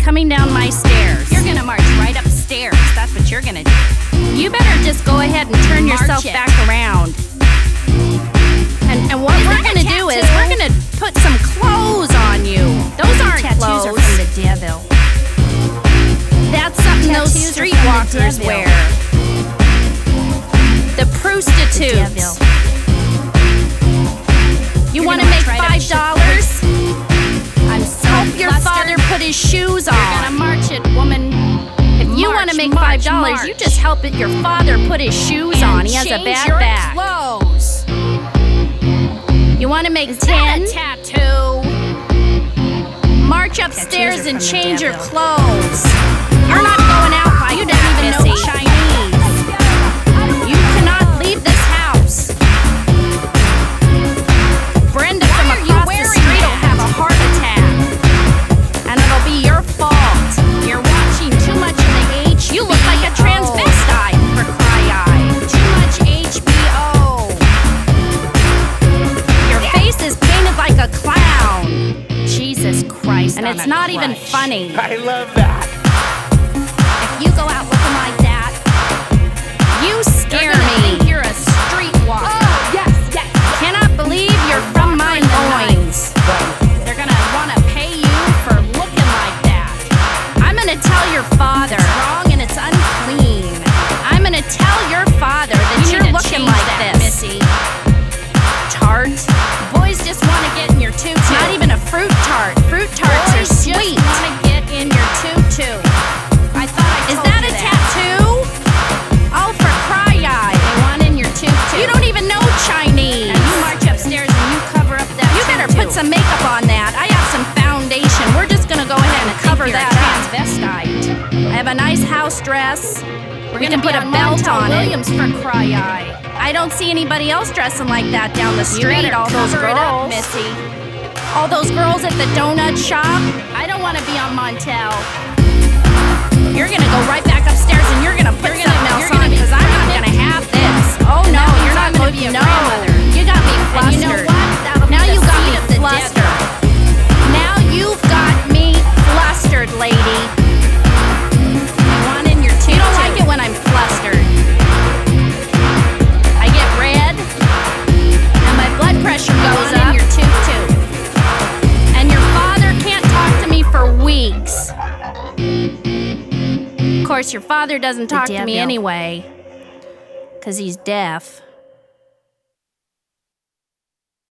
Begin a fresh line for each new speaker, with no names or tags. coming down my stairs. You're gonna march right upstairs. That's what you're gonna do. You better just go ahead and turn
March
yourself
it.
back around. And, and what
Is
we're
that a
gonna do is
tattoo?
we're gonna put some clothes on you. Those aren't
Tattoos are
clothes.
from the devil.
That's something those
Tattoos are from the
streetwalkers
devil.
wear. The prostitutes.
Devil.
You
You're
want to
gonna
make
try to
five
shit
dollars?
I'm so
Help your
flustered.
father put his shoes on.
You're gonna march it, woman.
if you want to
march,
make
march,
five dollars, you
march.
just help it, your father put his shoes
And
on. He has a
change
bad
your
back.
Clothes.
You want to make
Not
ten?
a tattoo.
March upstairs
Tattoos are
and
from the
change your
devil.
clothes. You're not going out like
You
that,
don't even know
Missy. Chinese. You cannot leave this house. Brenda from
Why are you
across the
wearing
street
that?
will have a heart attack. And it'll be your fault. You're watching too much of the H. You look like a transvestite for cry eye. Too much HBO. Your face is painted like a clown.
Jesus Christ.
And
on
it's
a
not even
crutch.
funny.
I love that.
If you go out looking like that,
You
they're
scare
gonna
me. Oh,
think you're a streetwalker.
yes, yes.
Cannot believe you're from my loins.
They're gonna wanna pay you for looking like that.
I'm gonna tell your father. It's wrong and it's unclean. I'm gonna tell your father that you
You
are
need to
looking
change
like
that,
this.
Missy.
Tart.
Boys just wanna get in your tutu.
It's not even a fruit tart. Fruit tarts
Boys
are sweet.
just wanna get in your tutu. I thought I
Is
told
that
you
a tattoo? All for cry eye.
They want in your tutu.
You don't even know Chinese.
Now you march upstairs and you cover up that.
You better
tutu.
put some makeup on that. I have some foundation. We're just gonna go ahead and
Think
cover
you're a
that up.
transvestite.
I have a nice house dress.
We're
We can
gonna
put
be
a
on
belt
Montel
on it.
Williams for cry eye.
I don't see anybody else dressing like that down the street.
you better
all those
cover
girls.
it up, Missy.
All those girls at the donut shop.
I don't want to be on Montel.
You're gonna go right back upstairs and you're gonna put
You're gonna-
something else
you're gonna
on
be
because I'm not
pregnant.
gonna have this. Oh no,
That means
you're not
I'm gonna
going
be
to.
a
No,
grandmother.
you got me
And
flustered.
you know what? That'll be
now
the
you got
seed
me
of the
flustered. Now you've got me flustered, lady.
They want in your tutu.
You don't like it when I'm flustered. I get red, and my blood pressure
They
goes
want
up.
in your tutu.
and your father can't talk to me for weeks. Of course, your father doesn't talk to me
devil.
anyway because he's deaf.